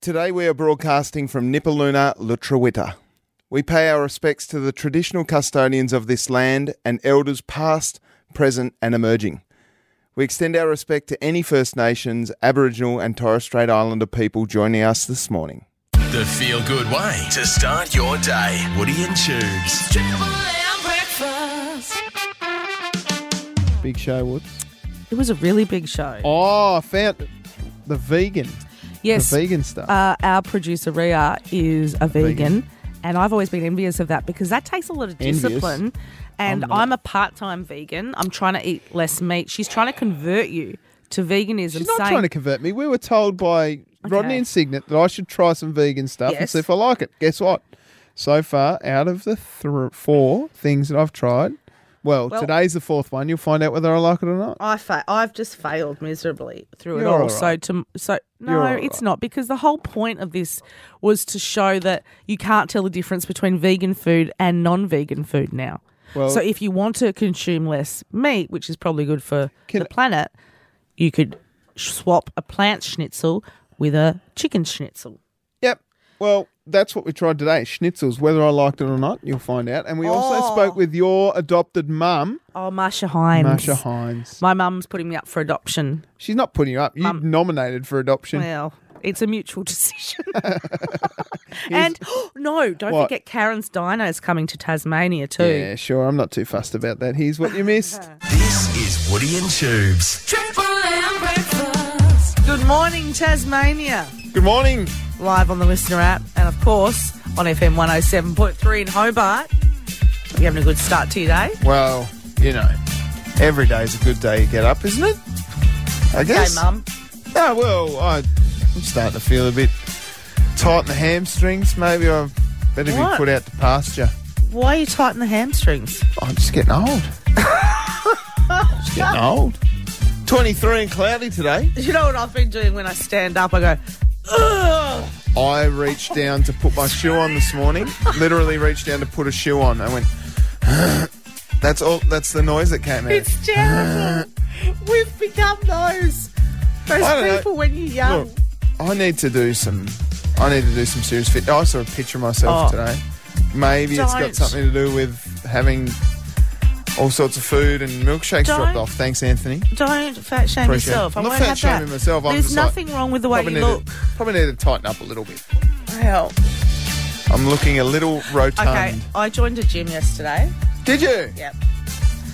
Today we are broadcasting from Nipaluna, Lutrawita. We pay our respects to the traditional custodians of this land and elders past, present, and emerging. We extend our respect to any First Nations, Aboriginal, and Torres Strait Islander people joining us this morning. The feel good way to start your day. Woody and Tubes. Big show, Woods. It was a really big show. Oh, I found the vegan. yes, The vegan stuff. Uh, our producer Ria is a vegan, Vegan. and I've always been envious of that because that takes a lot of Envious? discipline. And I'm, a part-time vegan. I'm trying to eat less meat. She's trying to convert you to veganism. She's not saying, trying to convert me. We were told by Rodney Okay. and Signet that I should try some vegan stuff and Yes. see if I like it. Guess what? So far, out of the thr four things that I've tried, well, Well- today's the fourth one. You'll find out whether I like it or not. I fa- I've just failed miserably through it You're all. all So to so no, You're all it's not because the whole point of this was to show that you can't tell the difference between vegan food and non-vegan food now. Well- so if you want to consume less meat, which is probably good for Can- the planet, you could swap a plant schnitzel with a chicken schnitzel. Yep. Well, that's what we tried today. Schnitzels, whether I liked it or not, you'll find out. And we also Oh. spoke with your adopted mum, Oh, Marsha Hines. Marsha Hines. My mum's putting me up for adoption. She's not putting you up. You Mum. nominated for adoption. Well, it's a mutual decision. and no, don't What? forget Karen's Dino is coming to Tasmania too. Yeah, sure. I'm not too fussed about that. Here's what you missed. This is Woody and Tubes. Good morning, Tasmania. Good morning. Live on the listener app and, of course, on FM 107.3 in Hobart. You having a good start to your day? Well, you know, every day's a good day to get up, isn't it? I guess. Hey, Mum. Oh, well, I, I'm starting to feel a bit tight in the hamstrings. Maybe I better be What? put out to pasture. Oh, Why are you tightening the hamstrings? I'm just getting old. just getting old. 23 and cloudy today. You know what I've been doing when I stand up? I go, ugh. I reached down to put my shoe on this morning. Literally reached down to put a shoe on. I went. that's all. That's the noise that came out. It's terrible. We've become those. I don't know. Those people when you're young. Look, I need to do some. I need to do some serious fit. I saw a picture of myself Oh. today. Maybe it's got Don't. something to do with having all sorts of food and milkshakes dropped Don't. off. Thanks, Anthony. Don't fat shame Appreciate it. yourself. I I'm not won't fat have that. shaming myself, I'm There's just like- nothing wrong with the way probably, you need look. To, probably need to tighten up a little bit. Wow. I'm looking a little rotund. Okay, I joined a gym yesterday. Did you? Yep.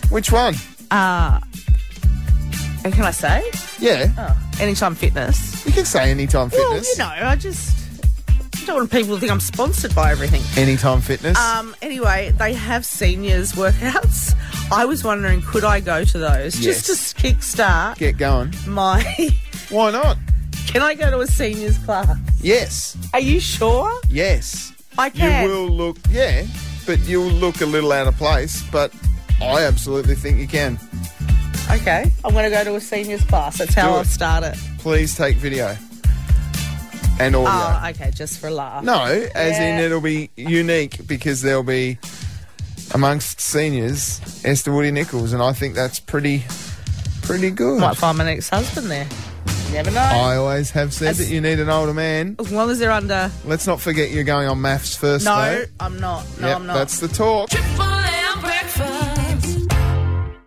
Which one? Uh, and can I say? Yeah. Oh, Anytime Fitness. You can say Anytime Well, Fitness. you know, I just don't want people to think I'm sponsored by everything. Anytime Fitness. Um, anyway, they have seniors workouts. I was wondering, could I go to those Yes. just to kickstart Get going. my? Why not? Can I go to a seniors class? Yes. Are you sure? Yes. I You can. will look, yeah, but you'll look a little out of place, but I absolutely think you can. Okay, I'm going to go to a seniors class. That's Do how I'll it. start it. Please take video and audio. Oh, okay, just for a laugh. no, as in Yeah. it'll be unique because there'll be amongst seniors Esther Woody Nichols, and I think that's pretty, pretty good. Might find my next husband there. You never know. I always have said As- that you need an older man. as long as they're under. Let's not forget you're going on maths first. No, though. I'm not. No, Yep, I'm not. That's the talk.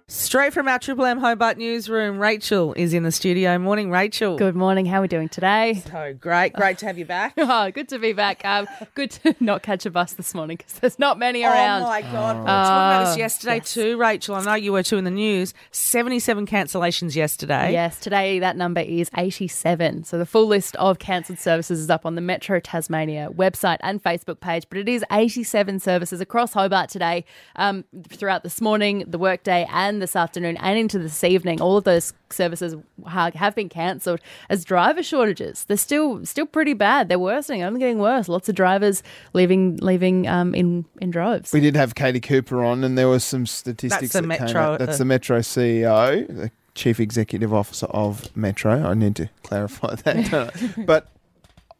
Straight from our Triple M Hobart newsroom, Rachel is in the studio. Morning, Rachel. Good morning. How are we doing today? So great. Great to have you back. Oh, good to be back. Um, good to not catch a bus this morning because there's not many Oh around. my God! We were talking about this Oh, yesterday yes. too, Rachel. I know you were too in the news. Seventy-seven cancellations yesterday. Yes, today that number is 87. So the full list of cancelled services is up on the Metro Tasmania website and Facebook page, but it is 87 services across Hobart today, um, throughout this morning, the workday, and this afternoon, and into this evening. All of those services ha- have been cancelled as driver shortages. They're still still pretty bad. They're worsening, only getting worse. Lots of drivers leaving leaving um, in in droves. We did have Katie Cooper on, and there was some statistics That's the that came Metro, out. That's uh, the Metro CEO, the Chief Executive Officer of Metro. I need to clarify that. don't I? but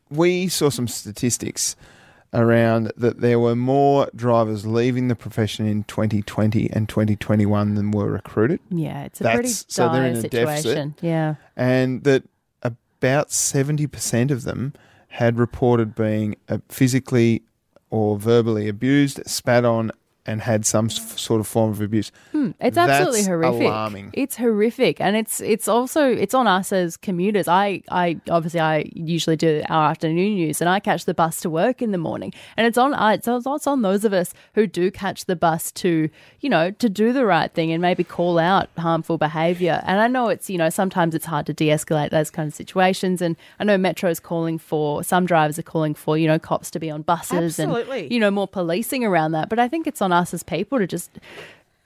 we saw some statistics around that there were more drivers leaving the profession in 2020 and 2021 than were recruited, Yeah, it's a pretty That's- so they're dire in a deficit. situation. Yeah. and that about 70% of them had reported being uh, physically or verbally abused, spat on, and had some s- sort of form of abuse. It's absolutely That's horrific. alarming. It's horrific, and it's it's also it's on us as commuters. I I obviously I usually do our afternoon news, and I catch the bus to work in the morning, and it's on uh, it's, on- it's on those of us who do catch the bus to you know to do the right thing and maybe call out harmful behaviour. And I know it's you know sometimes it's hard to de-escalate those kind of situations, and I know Metro's calling for some drivers are calling for you know cops to be on buses Absolutely. and you know more policing around that. But I think it's on us as people to just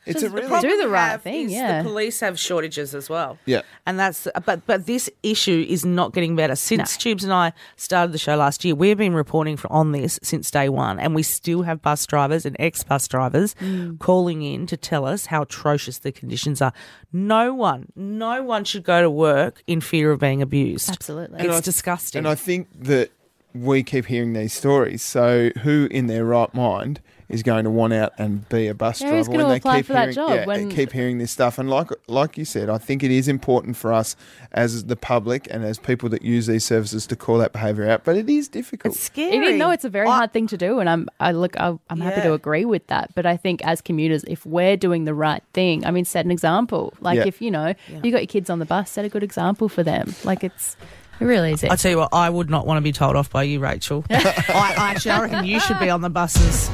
It's a really problem- do the we right have thing, is yeah. The police have shortages as well. Yeah. And that's but but this issue is not getting better. Since Tubes and I started the show last year, we've been reporting for, on this since day one, and we still have bus drivers and ex bus drivers Mm. calling in to tell us how atrocious the conditions are. No one, no one should go to work in fear of being abused. Absolutely. It's disgusting. And I think that we keep hearing these stories. So who in their right mind is going to want out and be a bus Yeah, driver who's gonna apply keep for that hearing, job yeah, when- keep hearing this stuff? And like like you said, I think it is important for us as the public and as people that use these services to call that behaviour out. But it is difficult. it's scary. It is, no, it's a very I- hard thing to do, and I'm I look I, I'm happy to Yeah. agree with that. But I think as commuters, if we're doing the right thing, I mean, set an example. Like Yeah. if you know you got your kids on the bus, set a good example for them. Like it's it really is. I tell you what, I would not want to be told off by you, Rachel. I, I actually, I reckon you should be on the buses.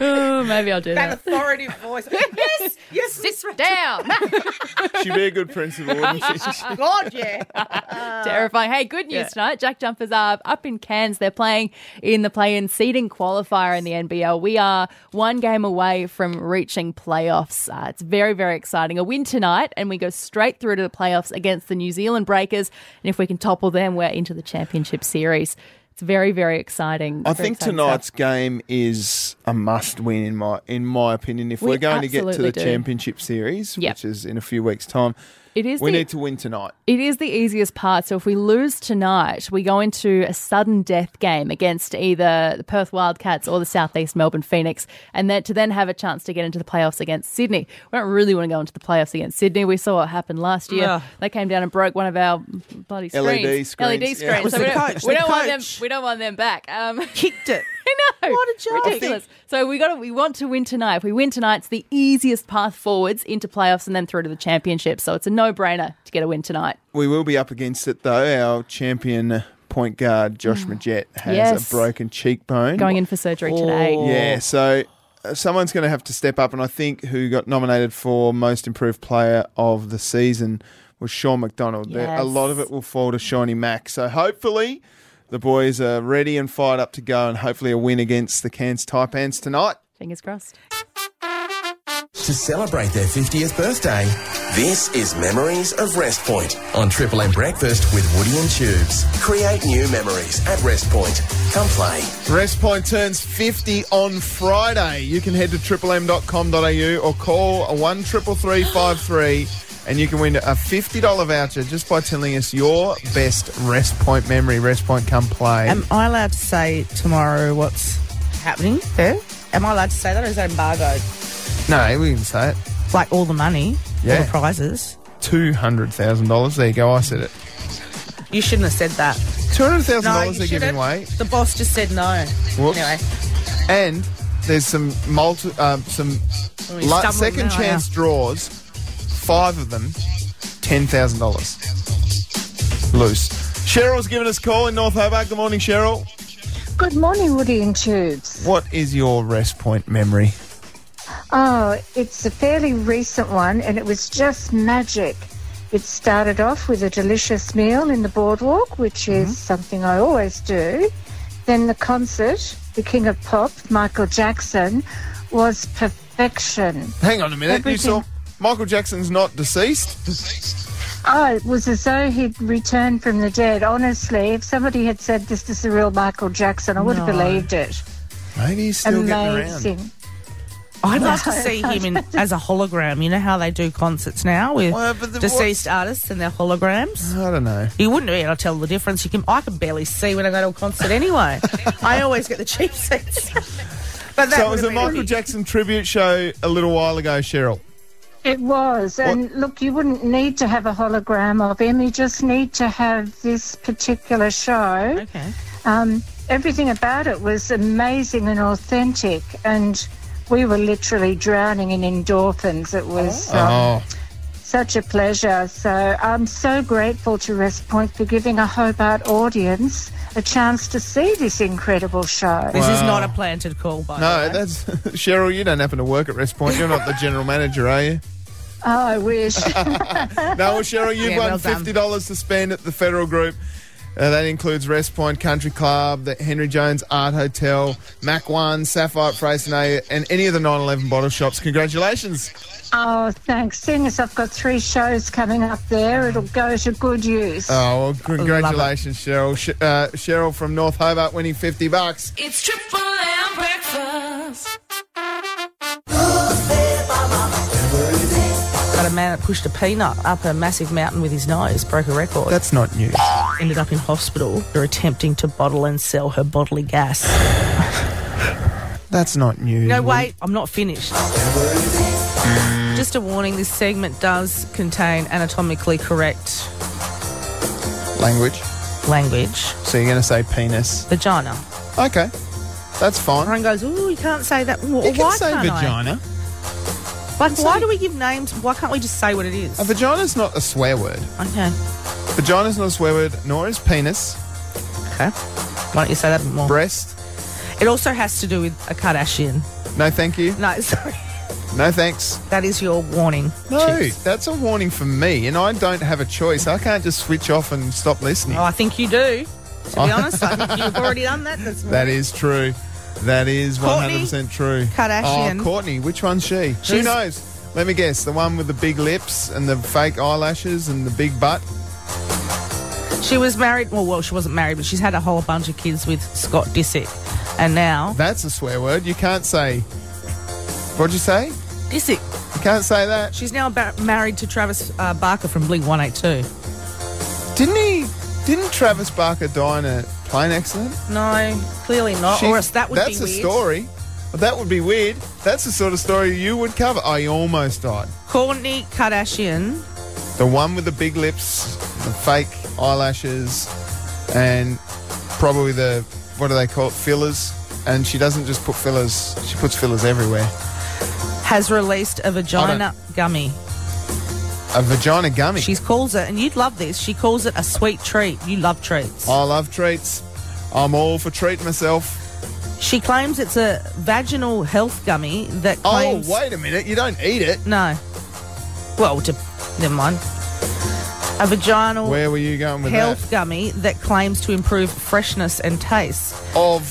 Ooh, maybe I'll do that. authoritative voice. Yes, yes, Miss Rachel. Damn, She'd be a good principal. wouldn't she? God, yeah. terrifying. Hey, good news tonight. Jack Jumpers are up in Cairns. They're playing in the play-in seeding qualifier in the NBL. We are one game away from reaching playoffs. Uh, it's very, very exciting. A win tonight, and we go straight through to the playoffs against the New Zealand Breakers. And if we can topple them, we're into the championship series. It's very, very exciting. I Very think exciting tonight's stuff. game is a must-win in my in my opinion. If We we are going to get to absolutely the do. championship series, Yep. which is in a few weeks' time, It is we the- need to win tonight. It is the easiest part. So if we lose tonight, we go into a sudden death game against either the Perth Wildcats or the Southeast Melbourne Phoenix, and then to then have a chance to get into the playoffs against Sydney. We don't really want to go into the playoffs against Sydney. We saw what happened last year. Yeah. They came down and broke one of our bloody screens, LED screens. LED Yeah. It screens. was So the we don't, coach, we the don't want them. coach. We don't want them back. Um, Kicked it. I know. What a joke. Ridiculous. So we got to, we want to win tonight. If we win tonight, it's the easiest path forwards into playoffs and then through to the championship. So it's a no-brainer to get a win tonight. We will be up against it though. Our champion point guard Josh Majette has Mm. Yes. a broken cheekbone. Going in for surgery today. yeah, so uh, someone's going to have to step up, and I think who got nominated for most improved player of the season was Sean McDonald. There- A lot of Yes. it will fall to Shawnee Mack. So hopefully the boys are ready and fired up to go, and hopefully a win against the Cairns Taipans tonight. Fingers crossed. To celebrate their 50th birthday, this is Memories of Rest Point on Triple M Breakfast with Woody and Tubes. Create new memories at Rest Point. Come play. Rest Point turns 50 on Friday. You can head to triplem.com.au or call 133353 and you can win a $50 voucher just by telling us your best Rest Point memory. Rest Point, come play. Am I allowed to say tomorrow what's happening there? Am I allowed to say that or is that embargoed? no, we can say it. Like all the money, all Yeah. the prizes. $200,000. There you go, I said it. You shouldn't have said that. $200,000 No, you they're giving shouldn't. away. The boss just said no. Whoops. Anyway, And there's some multi, uh, some we la- stumbled second now, chance draws, five of them, $10,000 loose. Cheryl's given us a call in North Hobart. Good morning, Cheryl. Good morning, Woody and Tubes. What is your rest point memory? Oh, it's a fairly recent one, and it was just magic. It started off with a delicious meal in the boardwalk, which Mm-hmm. is something I always do. Then the concert, the king of pop, Michael Jackson, was perfection. Hang on a minute. Everything. You saw Michael Jackson's not deceased. Oh, it was as though he'd returned from the dead. Honestly, if somebody had said this is the real Michael Jackson, I would have believed it. Maybe he's still getting around. Amazing. I'd love to see him in, as a hologram. You know how they do concerts now with Well, but the- deceased artists and their holograms? I don't know. You wouldn't be able to tell the difference. You can, I can barely see when I go to a concert anyway. I always get the cheap seats. but that So it was would've a been- Michael Jackson tribute show a little while ago, Cheryl. It was. And look, you wouldn't need to have a hologram of him. You just need to have this particular show. Okay. Um, everything about it was amazing and authentic. And we were literally drowning in endorphins. It was. um, Oh, such a pleasure. So I'm so grateful to Rest Point for giving a Hobart audience a chance to see this incredible show. This is not a planted call, by the no, way. that's Cheryl. You don't happen to work at Rest Point. You're not the general manager, are you? Oh, I wish. No, well, Cheryl, you've Yeah, won well done. fifty dollars to spend at the Federal Group. Uh, that includes Rest Point Country Club, the Henry Jones Art Hotel, Mac One, Sapphire Freycinet, and any of the 911 bottle shops. Congratulations! oh, thanks. Seeing as I've got three shows coming up there, it'll go to good use. Oh, well, congratulations, Cheryl. Sh- uh, Cheryl from North Hobart winning 50 bucks. It's Triple M breakfast. Got a man that pushed a peanut up a massive mountain with his nose, broke a record. That's not news. ended up in hospital for attempting to bottle and sell her bodily gas. That's not news. No, wait, I'm not finished. Just a warning this segment does contain anatomically correct Language. language. So you're going to say penis. Vagina. Okay. That's fine. Everyone goes, ooh, you can't say that. Wh- You can why say can't vagina. I? Like, why do we give names? Why can't we just say what it is? A vagina's not a swear word. okay. Vagina's not a swear word, nor is penis, Okay. Why don't you say that a bit more? breast. It also has to do with a Kardashian. No thank you. No, sorry. No thanks. That is your warning. No, Chips. that's a warning for me, and I don't have a choice. I can't just switch off and stop listening. Oh, I think you do. To be honest, I think you've already done that this morning. That is true. That is Courtney 100% true. Kardashian. Oh, Courtney. Which one's she? Who She's- knows? Let me guess. The one with the big lips and the fake eyelashes and the big butt. She was married. Well, well, she wasn't married, but she's had a whole bunch of kids with Scott Disick, and now That's a swear word. You can't say. What'd you say? Disick. You can't say that. She's now ba- married to Travis uh, Barker from Blink One Eight Two. Didn't he? Didn't Travis Barker die in a plane accident? No, clearly not. She- Uh, or else that would that's be a weird. story. That would be weird. That's the sort of story you would cover. Oh, you almost died. Kourtney Kardashian. The one with the big lips, the fake eyelashes, and probably the what do they call it? Fillers. And she doesn't just put fillers; she puts fillers everywhere. Has released a vagina gummy. A vagina gummy. She calls it, and you'd love this. She calls it a sweet treat. You love treats. I love treats. I'm all for treat myself. She claims it's a vaginal health gummy that Oh, claims. wait a minute! You don't eat it. No. Well, to, never mind. A vaginal Where were you going with health gummy that claims to improve freshness and taste. that? Of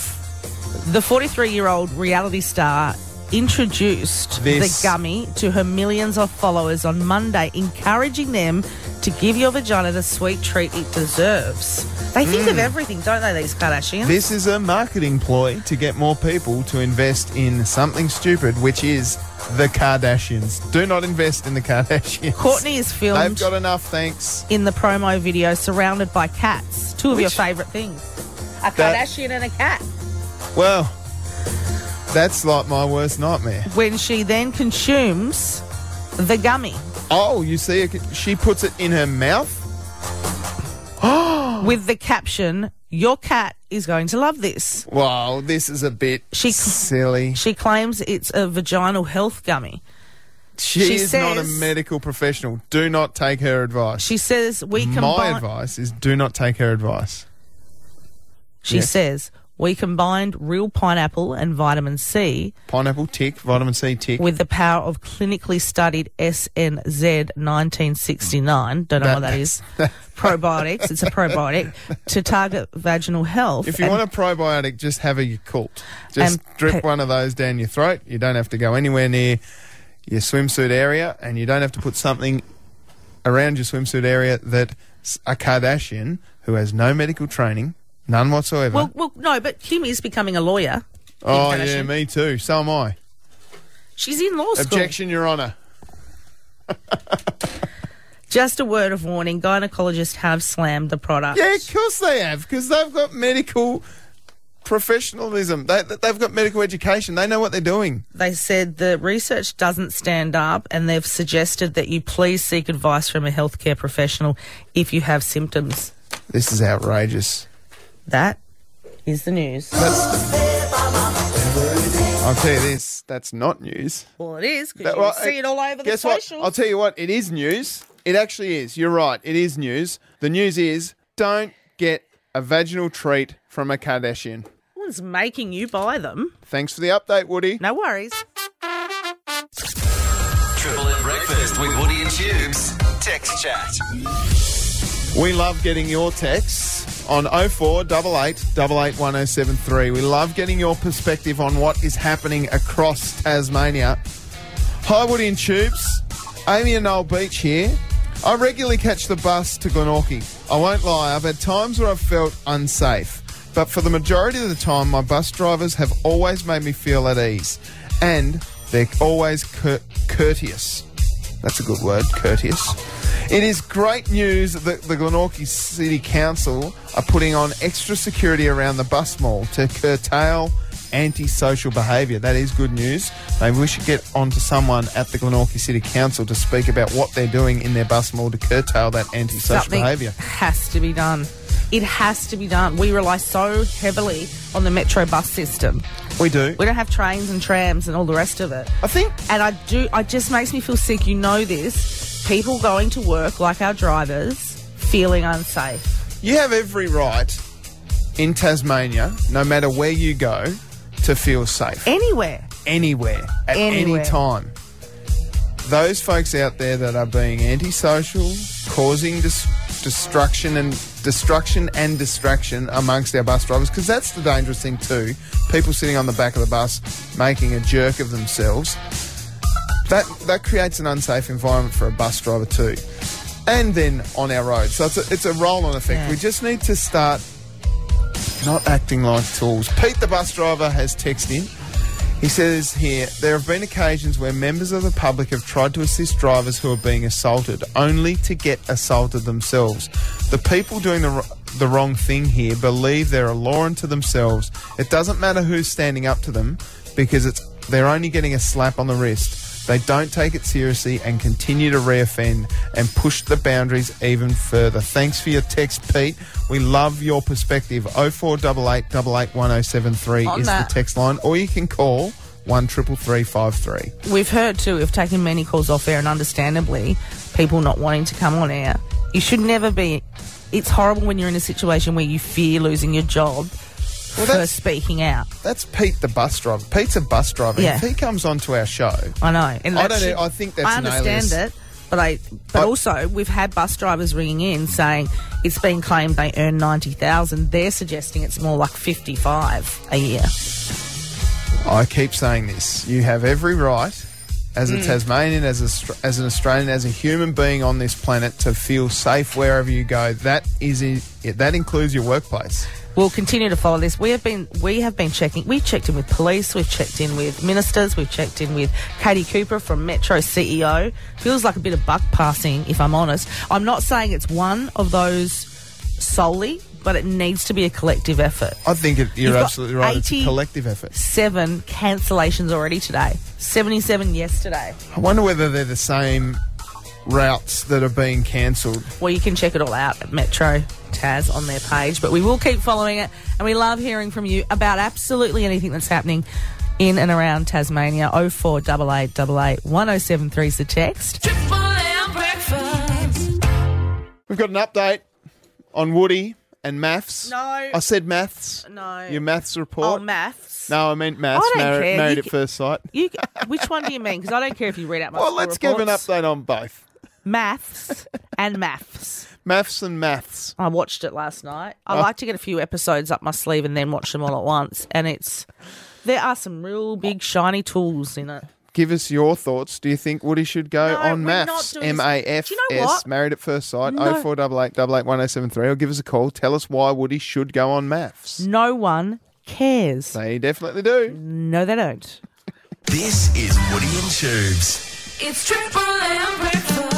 The 43 year old reality star introduced This. the gummy to her millions of followers on Monday, encouraging them to give your vagina the sweet treat it deserves. They think of everything, don't they, these Kardashians? Mm. this is a marketing ploy to get more people to invest in something stupid, which is the Kardashians. Do not invest in the Kardashians. Courtney is They've filmed got enough. Thanks. in the promo video surrounded by cats, two of your Which- favourite things a That- Kardashian and a cat. Well, that's like my worst nightmare. When she then consumes the gummy. Oh, you see, it- she puts it in her mouth. with the caption, "Your cat is going to love this." Wow, this is a bit She- silly. She claims it's a vaginal health gummy. She, she is not a says- medical professional. Do not take her advice. She says we My combine. advice is do not take her advice. She yes. says we combined real pineapple and vitamin C Pineapple tick, vitamin C tick. with the power of clinically studied SNZ 1969. Don't know what That- that is. probiotics. It's a probiotic to target vaginal health. if you and want a probiotic, just have a Yakult. Just And drip pe- one of those down your throat. You don't have to go anywhere near your swimsuit area, and you don't have to put something around your swimsuit area that s- a Kardashian who has no medical training, none whatsoever. well, well, no, but Kim is becoming a lawyer. Kim oh Kardashian. yeah, me too. So am I. She's in law school. Objection, Your Honour. Just a word of warning: gynecologists have slammed the product. Yeah, of course they have, because they've got medical professionalism. They, they- they've got medical education. They know what they're doing. They said the research doesn't stand up, and they've suggested that you please seek advice from a healthcare professional if you have symptoms. This is outrageous. That is the news. I'll tell you this. That's not news. Well, it is because That- you well, see it all over the guess socials. What? I'll tell you what, it is news. It actually is. You're right. It is news. The news is don't get a vaginal treat from a Kardashian. No one's making you buy them. Thanks for the update, Woody. No worries. Triple M Breakfast with Woody and Tubes. Text chat. We love getting your texts on 0488 881073. We love getting your perspective on what is happening across Tasmania. Hi, Woody and Tubes. Amy and Noel Beach here. I regularly catch the bus to Glenorchy. I won't lie, I've had times where I've felt unsafe. But for the majority of the time, my bus drivers have always made me feel at ease. And they're always cour- courteous. That's a good word, courteous. It is great news that the Glenorchy City Council are putting on extra security around the bus mall to curtail antisocial behaviour. That is good news. Maybe we should get on to someone at the Glenorchy City Council to speak about what they're doing in their bus mall to curtail that antisocial Something behaviour. has to be done. It has to be done. We rely so heavily on the metro bus system. We do. We don't have trains and trams and all the rest of it. I think And I do, it just makes me feel sick. You know this. People going to work, like our drivers, feeling unsafe. You have every right in Tasmania, no matter where you go, to feel safe. Anywhere. Anywhere, at Anywhere. any time. Those folks out there that are being antisocial, causing dis- destruction and destruction and distraction amongst our bus drivers, because that's the dangerous thing too. People sitting on the back of the bus making a jerk of themselves. That that creates an unsafe environment for a bus driver too, and then on our roads. So it's a, it's a roll-on effect. Yeah. We just need to start not acting like tools. Pete, the bus driver, has texted in. He says here there have been occasions where members of the public have tried to assist drivers who are being assaulted, only to get assaulted themselves. The people doing the r- the wrong thing here believe they're a law unto themselves. It doesn't matter who's standing up to them because it's they're only getting a slap on the wrist. They don't take it seriously and continue to reoffend and push the boundaries even further. Thanks for your text, Pete. We love your perspective. 0488 881073 On is that. the text line, or you can call one triple three five three. We've heard too, we've taken many calls off air, and understandably, people not wanting to come on air. You should never be. It's horrible when you're in a situation where you fear losing your job for that's- speaking out. That's Pete, the bus driver. Pete's a bus driver. Yeah. If he comes onto our show, I know. And I that don't should- know, I think that's I an understand alias. it, but I. But I- also, we've had bus drivers ringing in saying it's been claimed they earn ninety thousand. They're suggesting it's more like fifty-five a year. I keep saying this. You have every right, as Mm. a Tasmanian, as a, Aust- as an Australian, as a human being on this planet, to feel safe wherever you go. That is in, that includes your workplace. We'll continue to follow this. We have been we have been checking. We've checked in with police. We've checked in with ministers. We've checked in with Katie Cooper from Metro CEO. Feels like a bit of buck passing, if I'm honest. I'm not saying it's one of those solely, but it needs to be a collective effort. I think it, you're You've got absolutely right. It's a 80 collective effort. Seven cancellations already today. Seventy-seven yesterday. I wonder whether they're the same routes that are being cancelled. Well, you can check it all out at Metro Taz on their page. But we will keep following it, and we love hearing from you about absolutely anything that's happening in and around Tasmania. Oh four double eight double eight one oh seven three is the text. Triple M breakfast. We've got an update on Woody and maths. No. I said maths. No. Your maths report. Oh, maths. No, I meant maths. I don't Mar- care. Married You at ca- first sight. You, which one do you mean? Because I don't care if you read out my. Well, school let's give an reports. update on both Maths and maths. maths and maths. I watched it last night. I like to get a few episodes up my sleeve and then watch them all at once. And it's there are some real big shiny tools in it. Give us your thoughts. Do you think Woody should go No, on we're maths? not doing M this- A F Do you know S. what? Married at first sight. No. Oh four double eight double eight one oh seven three. Or give us a call. Tell us why Woody should go on maths. No one cares. They definitely do. No, they don't. This is Woody and Tubes. It's Triple M breakfast.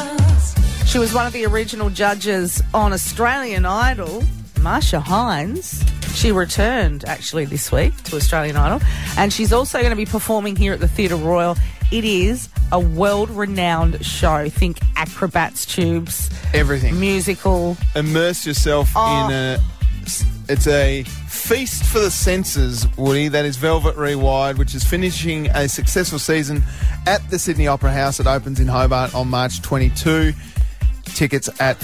She was one of the original judges on Australian Idol, Marsha Hines. She returned actually this week to Australian Idol, and she's also going to be performing here at the Theatre Royal. It is a world renowned show. Think acrobats, tubes, Everything. musical. immerse yourself Oh. in a. It's a feast for the senses, Woody. That is Velvet Rewired, which is finishing a successful season at the Sydney Opera House. It opens in Hobart on March 22. Tickets at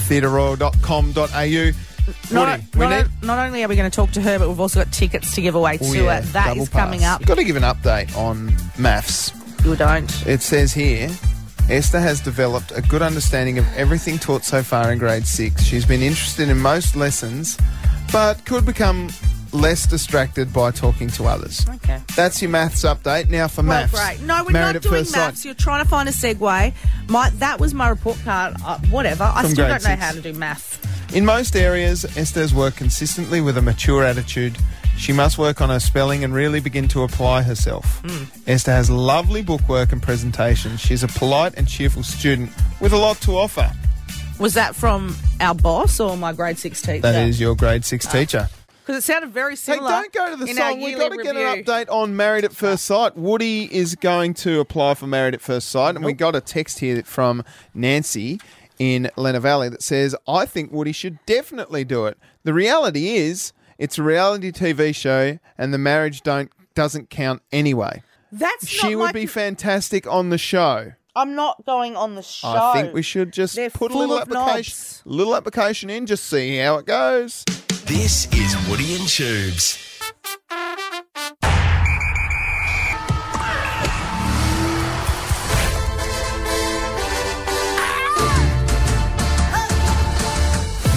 theatreroyal.com.au. Not, Woody, we not, need. not only are we going to talk to her, but we've also got tickets to give away to Oh, yeah, it. uh, That double is coming pass. up. Got to give an update on maths. You don't. It says here Esther has developed a good understanding of everything taught so far in grade six. She's been interested in most lessons, but could become less distracted by talking to others. Okay. That's your maths update. Now for Well, maths. Oh, great. No, we're Married not at doing first maths. sight. You're trying to find a segue. My, that was my report card. Uh, whatever. I From still grade don't know six. how to do maths. In most areas, Esther's worked consistently with a mature attitude. She must work on her spelling and really begin to apply herself. Hmm. Esther has lovely bookwork and presentations. She's a polite and cheerful student with a lot to offer. Was that from our boss or my grade six teacher? That is your grade six Uh, teacher. Because it sounded very Hey, similar. don't go to the in our song. We've yearly got to get an review. update on Married at First Sight. Woody is going to apply for Married at First Sight, and we got a text here from Nancy in Lena Valley that says, I think Woody should definitely do it. The reality is, it's a reality TV show, and the marriage don't doesn't count anyway. That's She not would my be con- fantastic on the show. I'm not going on the show. I think we should just They're put a full little of application, knobs. little application in, just see how it goes. This is Woody and Tubes.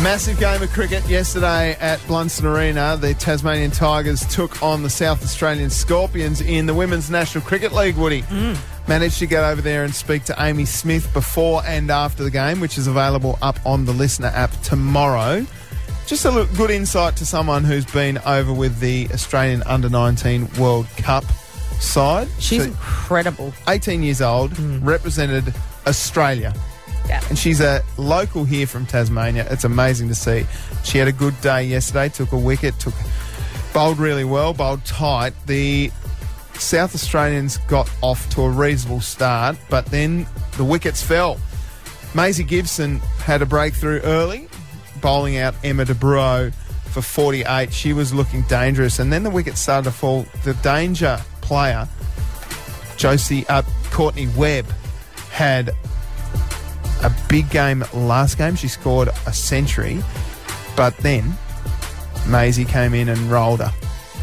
Massive game of cricket yesterday at Blunston Arena. The Tasmanian Tigers took on the South Australian Scorpions in the Women's National Cricket League, Woody. Mm. Managed to get over there and speak to Amy Smith before and after the game, which is available up on the listener app tomorrow. Just a little good insight to someone who's been over with the Australian Under 19 World Cup side. She's So- incredible. Mm. 18 years old, represented Australia. Yeah. And she's a local here from Tasmania. It's amazing to see. She had a good day yesterday, took a wicket, took bowled really well, bowled tight. The South Australians got off to a reasonable start, but then the wickets fell. Maisie Gibson had a breakthrough early, bowling out Emma De Bruyne for 48. She was looking dangerous, and then the wickets started to fall. The danger player Josie uh, Courtney Webb had a big game last game. She scored a century, but then Maisie came in and rolled her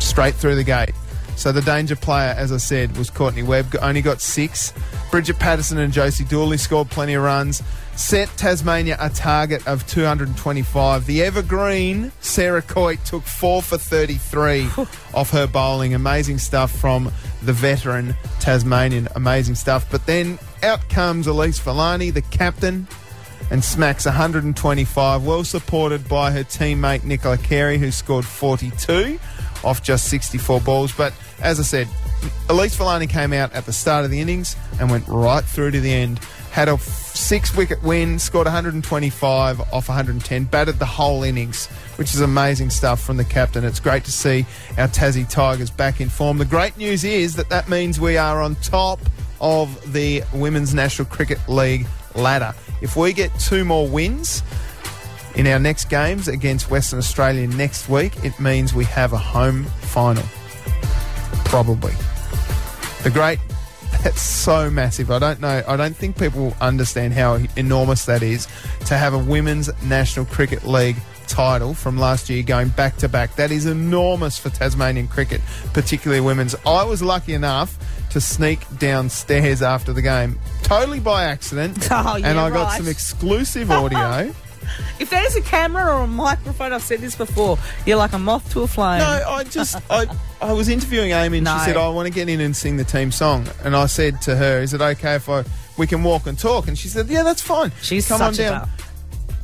straight through the gate. So the danger player, as I said, was Courtney Webb. Only got six. Bridget Patterson and Josie Dooley scored plenty of runs. Set Tasmania a target of 225. The evergreen Sarah Coit took four for 33 off her bowling. Amazing stuff from the veteran Tasmanian. Amazing stuff. But then out comes Elise Falani, the captain, and smacks 125, well supported by her teammate Nicola Carey, who scored 42 off just 64 balls. But as I said, Elise Villani came out at the start of the innings and went right through to the end. Had a six wicket win, scored 125 off 110, batted the whole innings, which is amazing stuff from the captain. It's great to see our Tassie Tigers back in form. The great news is that that means we are on top of the Women's National Cricket League ladder. If we get two more wins in our next games against Western Australia next week, it means we have a home final. Probably. The great that's so massive. I don't know. I don't think people understand how enormous that is to have a Women's National Cricket League title from last year going back to back. That is enormous for Tasmanian cricket, particularly women's. I was lucky enough to sneak downstairs after the game, totally by accident, Oh, yeah, and I got right. some exclusive audio. If there's a camera or a microphone, I've said this before, you're like a moth to a flame. No, I just I I was interviewing Amy and No. she said "Oh, I want to get in and sing the team song, and I said to her, "Is it okay if I we can walk and talk?" And she said, "Yeah, that's fine. She's come such on a down." doll.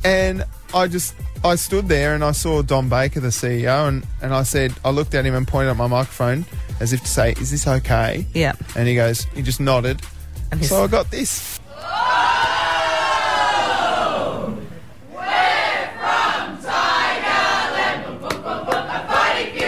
and I just I stood there and I saw Don Baker, the CEO, and and I said I looked at him and pointed at my microphone as if to say, "Is this okay?" Yeah. And he goes, he just nodded. And he's- So I got this. We're from Tiger Land. We're fighting you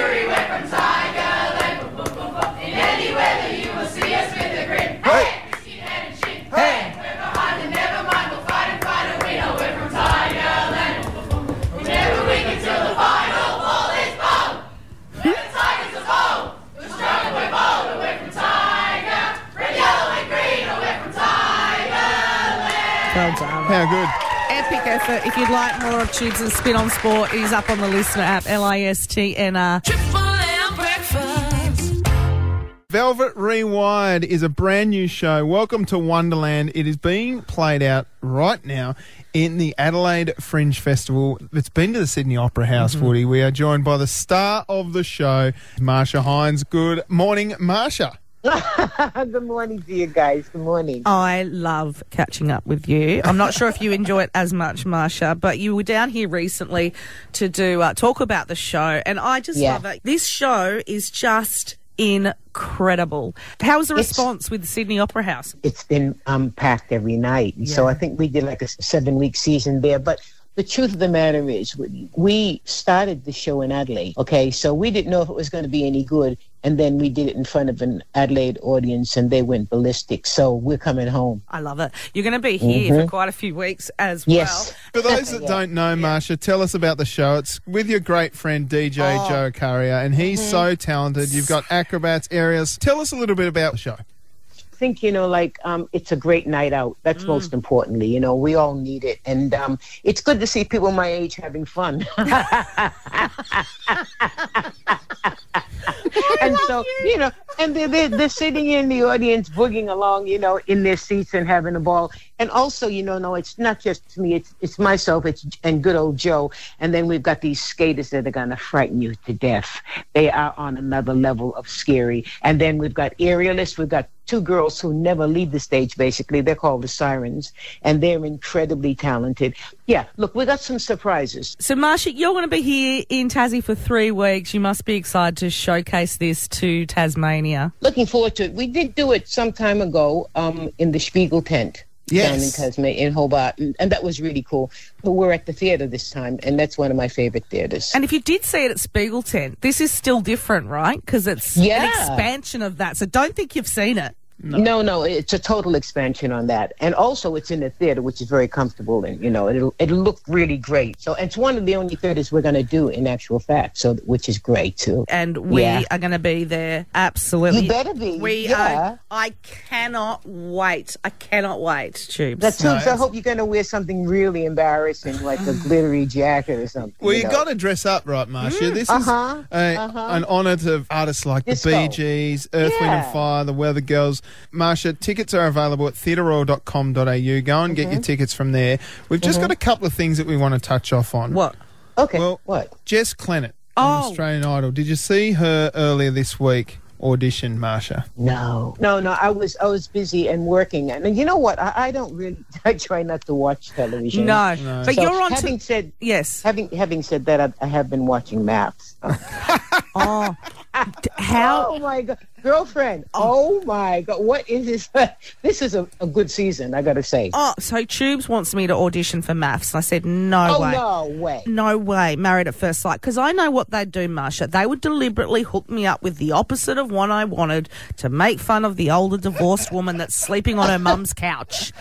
done. How good. Epic effort. If you'd like more of Tubes and Spin on Sport, it is up on the listener app, L-I-S-T-N-R. Triple M breakfast. Velvet Rewired is a brand new show. Welcome to Wonderland. It is being played out right now in the Adelaide Fringe Festival. It's been to the Sydney Opera House, Woody. We are joined by the star of the show, Marsha Hines. Good morning, Marsha. Good morning to you guys. Good morning. I love catching up with you. I'm not sure if you enjoy it as much, Marsha, but you were down here recently to do uh, talk about the show, and I just Yeah. love it. This show is just incredible. How was the response with the Sydney Opera House? It's been um, packed every night. So I think we did like a seven week season there. But the truth of the matter is, we- we started the show in Adelaide. Okay. So we didn't know if it was going to be any good. And then we did it in front of an Adelaide audience and they went ballistic. So we're coming home. I love it. You're going to be here for quite a few weeks as Mm-hmm. Yes. well. For those that don't know, Marsha, tell us about the show. It's with your great friend DJ Joe Carrier, and he's so talented. You've got acrobats, areas. Tell us a little bit about the show. think you know like um, it's a great night out that's most importantly you know we all need it and um, it's good to see people my age having fun and so you know and they're, they're, they're sitting in the audience booging along you know in their seats and having a ball and also you know no it's not just me it's, it's myself it's and good old joe and then we've got these skaters that are going to frighten you to death they are on another level of scary and then we've got aerialists we've got two girls who never leave the stage basically they're called the sirens and they're incredibly talented yeah look we got some surprises So, Marsha, you're going to be here in Tassie for three weeks. You must be excited to showcase this to Tasmania. looking forward to it we did do it some time ago um, in the spiegel tent down in Yes. Tasmania, in Hobart, and, and that was really cool. But we're at the theater this time, and that's one of my favorite theaters. And if you did see it at Spiegel Tent, this is still different, right? Because it's Yeah. an expansion of that. So don't think you've seen it. No. no, it's a total expansion on that, and also it's in the theater, which is very comfortable, and you know it'll it'll look really great. So it's one of the only theaters we're going to do in actual fact, so which is great too. And we Yeah. are going to be there. Absolutely. You better be, We yeah. are. I cannot wait. I cannot wait, Tubes. That's I hope you're going to wear something really embarrassing, like a glittery jacket or something. Well, you know. got to dress up, right, Mm, Marcia? This uh-huh, is a, an honour to artists like Disco. the Bee Gees, Earth, Wind Yeah. and Fire, the Weather Girls. Marcia, tickets are available at theatreroyal.com.au. Go and get Mm-hmm. your tickets from there. We've just got a couple of things that we want to touch off on. what? Okay, Well, what? Jess Clennett Oh. on Australian Idol. Did you see her earlier this week audition, Marcia? No, no, no. I was I was busy and working, and you know what? I, I don't really. I try not to watch television. No. But So you're on having to. said Yes. having having said that, I, I have been watching maps. Oh. D- How? Oh my god, girlfriend! Oh my god, what is this? this is a, a good season, I gotta say. Oh, so Tubes wants me to audition for maths. And I said, no oh way. no way! No way, married at first sight. Because I know what they'd do, Marsha. They would deliberately hook me up with the opposite of one I wanted to make fun of the older divorced woman that's sleeping on her mum's couch.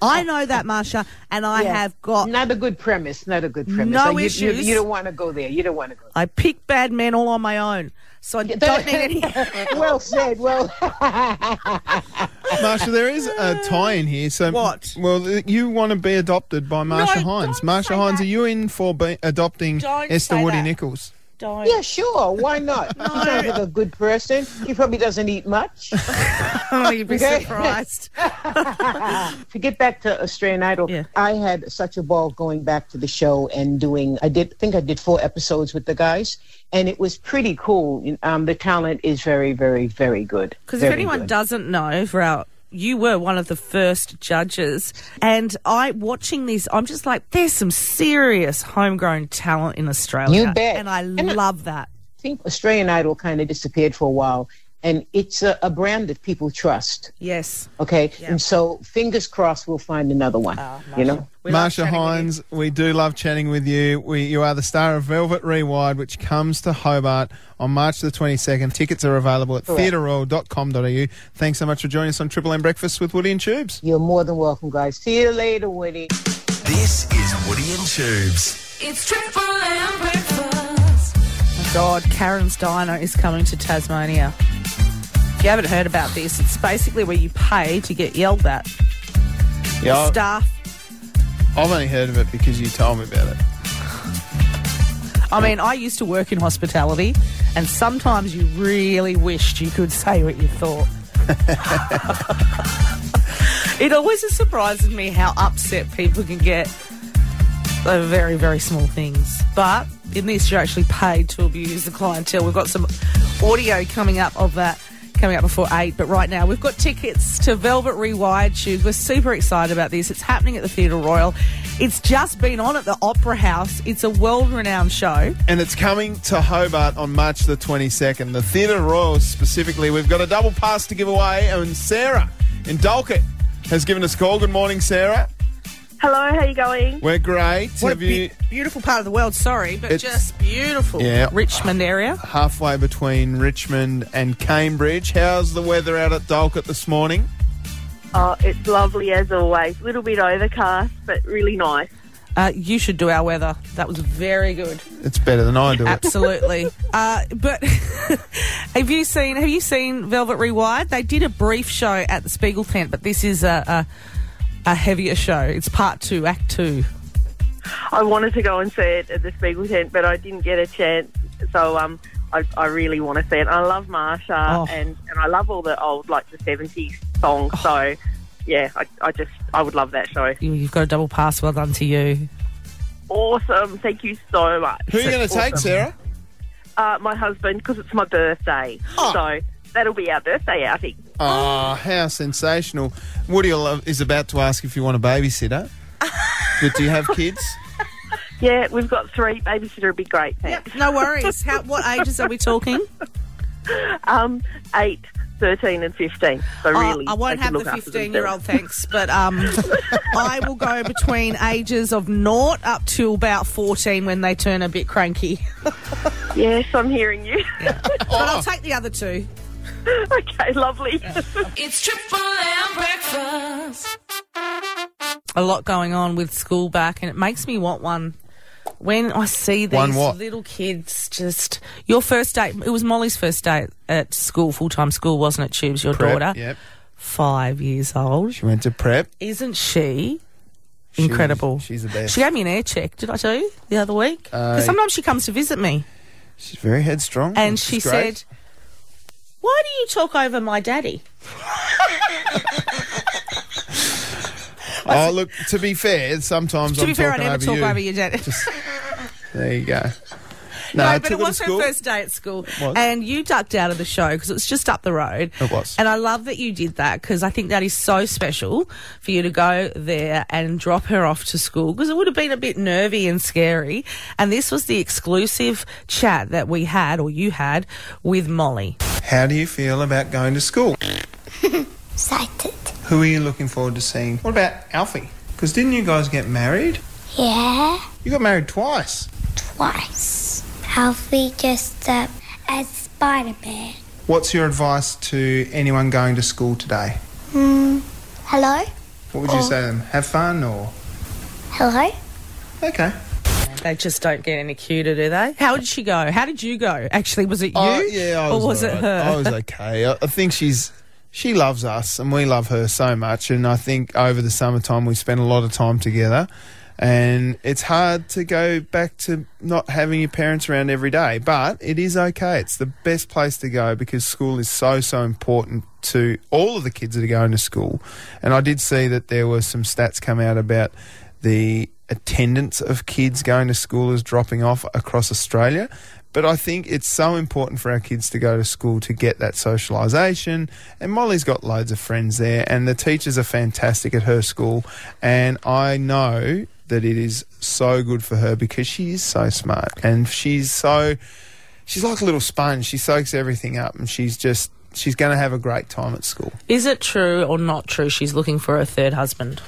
I know that, Marsha, and I have got. Not a good premise. Not a good premise. No Uh, you, you- issues. You, don't want to go there. You don't want to go. I pick bad men all on my own, so I don't need any. There. well said. Well, Marsha, there is a tie in here. So What? Well, th- you want to be adopted by Marsha Hines. don't Marsha say Hines, that. are you in for be- adopting Don't Esther say Woody that. Nichols? Don't. yeah, sure. Why not? He sounds like a good person. He probably doesn't eat much. Oh, you'd be Okay. surprised. to get back to Australian Idol, Yeah. I had such a ball going back to the show and doing. I did think I did four episodes with the guys, and it was pretty cool. Um, the talent is very, very, very good. Because if Very anyone good. doesn't know, for our you were one of the first judges, and I watching this, I'm just like, there's some serious homegrown talent in Australia. You bet. and I love that. think Australian Idol kind of disappeared for a while, and it's a, a brand that people trust. Yes, Oh Okay, and so fingers crossed we'll find another one. Ah, you know, We love Marsha chatting with you. Hines, we do love chatting with you. We, you are the star of Velvet Rewired, which comes to Hobart on March the 22nd. Tickets are available at theatreroyal.com.au. Thanks so much for joining us on Triple M Breakfast with Woody and Tubes. you're more than welcome, guys. See you later, Woody. This is Woody and Tubes. It's Triple M breakfast. God, Karen's Diner is coming to Tasmania. If you haven't heard about this, it's basically where you pay to get yelled at. The staff I've only heard of it because you told me about it. I mean, I used to work in hospitality, and sometimes you really wished you could say what you thought. it always has surprised me how upset people can get over very, very small things. But in this, you're actually paid to abuse the clientele. We've got some audio coming up of that. Coming up before eight, but right now we've got tickets to Velvet Rewired Tube. We're super excited about this. It's happening at the Theatre Royal. It's just been on at the Opera House. It's a world renowned show. And it's coming to Hobart on March the 22nd. The Theatre Royal specifically. We've got a double pass to give away, and Sarah in Dalkett has given us a call. Good morning, Sarah. Hello, how you going? We're great. What Have a you be- beautiful part of the world, sorry, but It's- just beautiful. Yeah. Richmond area. halfway between Richmond and Cambridge? How's the weather out at Dalkett this morning? Oh, it's lovely as always. little bit overcast, but really nice. Uh, you should do our weather. That was very good. It's better than I do it. Absolutely. uh, but have you seen have you seen Velvet Rewired? They did a brief show at the Spiegel tent, but this is a, a, a heavier show. It's part two, act two. I wanted to go and see it at the Spiegel tent, but I didn't get a chance. So um, I, I really want to see it. I love Marsha, Oh. and, and I love all the old, like the 70s songs. So, yeah, I, I just, I would love that show. You, you've got a double pass. Well done to you. Awesome. Thank you so much. Who are you going to take, Sarah? Uh, my husband, because it's my birthday. So that'll be our birthday outing. Oh. Ah, how sensational. Woody will- is about to ask if you want a babysitter. but do you have kids? Yeah, we've got three. Babysitter would be great. Thanks. No worries. How, what ages are we talking? Um, 8, 13 and 15. So I- really, I won't they can have the look after 15 year old, themselves. thanks, but um, I will go between ages of naught up to about 14 when they turn a bit cranky. Yes, I'm hearing you. But Oh. I'll take the other two. okay, lovely. It's triple M breakfast. A lot going on with school back, and it makes me want one. When I see One these what? little kids, just your first day, it was Molly's first day at school, full time school, wasn't it, Tubes, your daughter? Yep. Five years old. She went to prep. Isn't she? Incredible. she's the best. She gave me an air check. Did I tell you the other week? Uh, 'Cause sometimes she comes to visit me, She's very headstrong. and which she is great. said, "Why do you talk over my daddy?" Oh, look, to be fair, sometimes to I'm be fair, I talking never talk you. over your daddy. There you go. No, I no, took but it her was to her school. first day at school, was. and you ducked out of the show because it was just up the road. It was. and I love that you did that because I think that is so special for you to go there and drop her off to school because it would have been a bit nervy and scary. And this was the exclusive chat that we had, or you had, with Molly. How do you feel about going to school? Excited. Who are you looking forward to seeing? What about Alfie? Because didn't you guys get married? Yeah, You got married twice. twice. Alfie dressed uh, up as Spider Man. What's your advice to anyone going to school today? Hmm. Hello? What would you Oh. say to them? Have fun or? Hello? Okay. They just don't get any cuter, do they? How did she go? How did you go? Actually, was it you? Oh, yeah, I was. or was all it right. her? I was okay. I, I think she's she loves us and we love her so much. And I think over the summertime we spent a lot of time together. And it's hard to go back to not having your parents around every day, but it is okay. It's the best place to go because school is so, so important to all of the kids that are going to school. And I did see that there were some stats come out about the attendance of kids going to school is dropping off across Australia. But I think it's so important for our kids to go to school to get that socialisation. And Molly's got loads of friends there, and the teachers are fantastic at her school. And I know that it is so good for her because she is so smart and she's so she's like a little sponge. She soaks everything up, and she's just she's going to have a great time at school. Is it true or not true? She's looking for a third husband.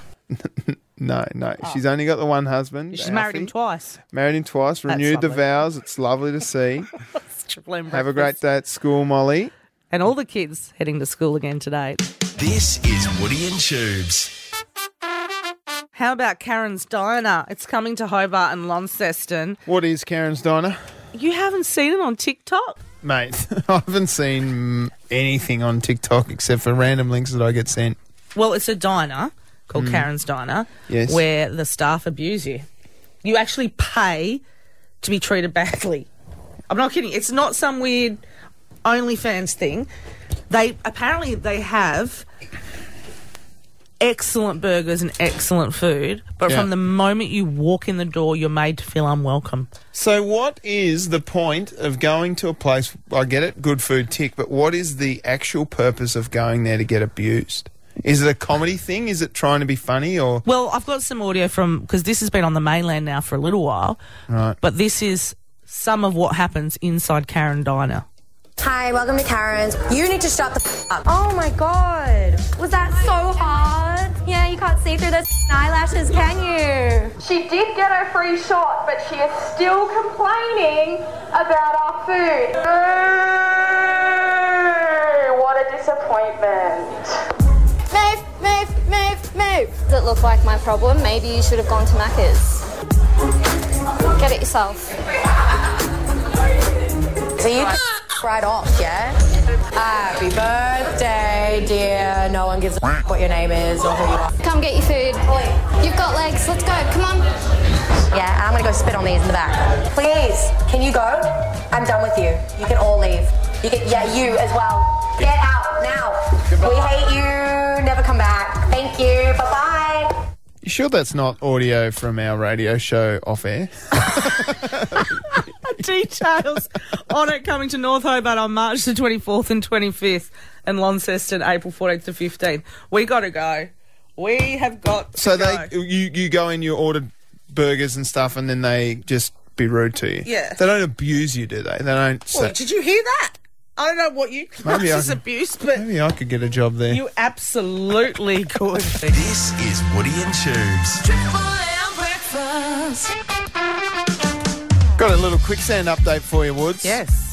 No, no, she's only got the one husband. Ah. She's married him Alfie. twice. Married him twice. Renewed the lovely. vows. It's lovely to see. Triple M have a great breakfast. day at school, Molly. And all the kids heading to school again today. This is Woody and Tubes. How about Karen's Diner? It's coming to Hobart and Launceston. What is Karen's Diner? You haven't seen it on TikTok? Mate, I haven't seen anything on TikTok except for random links that I get sent. Well, it's a diner called Karen's Diner Mm. Yes. where the staff abuse you. You actually pay to be treated badly. I'm not kidding. It's not some weird OnlyFans thing. They apparently they have excellent burgers and excellent food, but Yeah. from the moment you walk in the door, you're made to feel unwelcome. So, what is the point of going to a place? I get it, good food tick, but what is the actual purpose of going there to get abused? Is it a comedy thing? Is it trying to be funny or Well, I've got some audio from because this has been on the mainland now for a little while, Right. but this is some of what happens inside Karen Diner. Hi, welcome to Karen's. You need to shut the f- up. Oh my god. Was that so hard? Yeah, you can't see through those f- eyelashes, can you? She did get her free shot, but she is still complaining about our food. Boo! What a disappointment. Move, move, move, move. Does it look like my problem? Maybe you should have gone to Macca's. Get it yourself. So you can right off, yeah? Happy birthday, dear. No one gives a what your name is or who you are. Come get your food. You've got legs. Let's go. Come on. Yeah, I'm gonna go spit on these in the back. Please, can you go? I'm done with you. You can all leave. You can, yeah, you as well. Get out now. We hate you. Never come back. Thank you. Bye bye. You sure that's not audio from our radio show off air? details on it coming to North Hobart on March the 24th and 25th and Launceston April 14th to 15th. We got to go. We have got to So they go. you you go in, you order burgers and stuff, and then they just be rude to you. Yeah. They don't abuse you, do they? They don't. Well, Say, did you hear that? I don't know what you class Maybe I as can- abuse, but Maybe I could get a job there. you absolutely could. This is Woody and Tubes. Triple M breakfast. Got a little quicksand update for you, Woods. yes.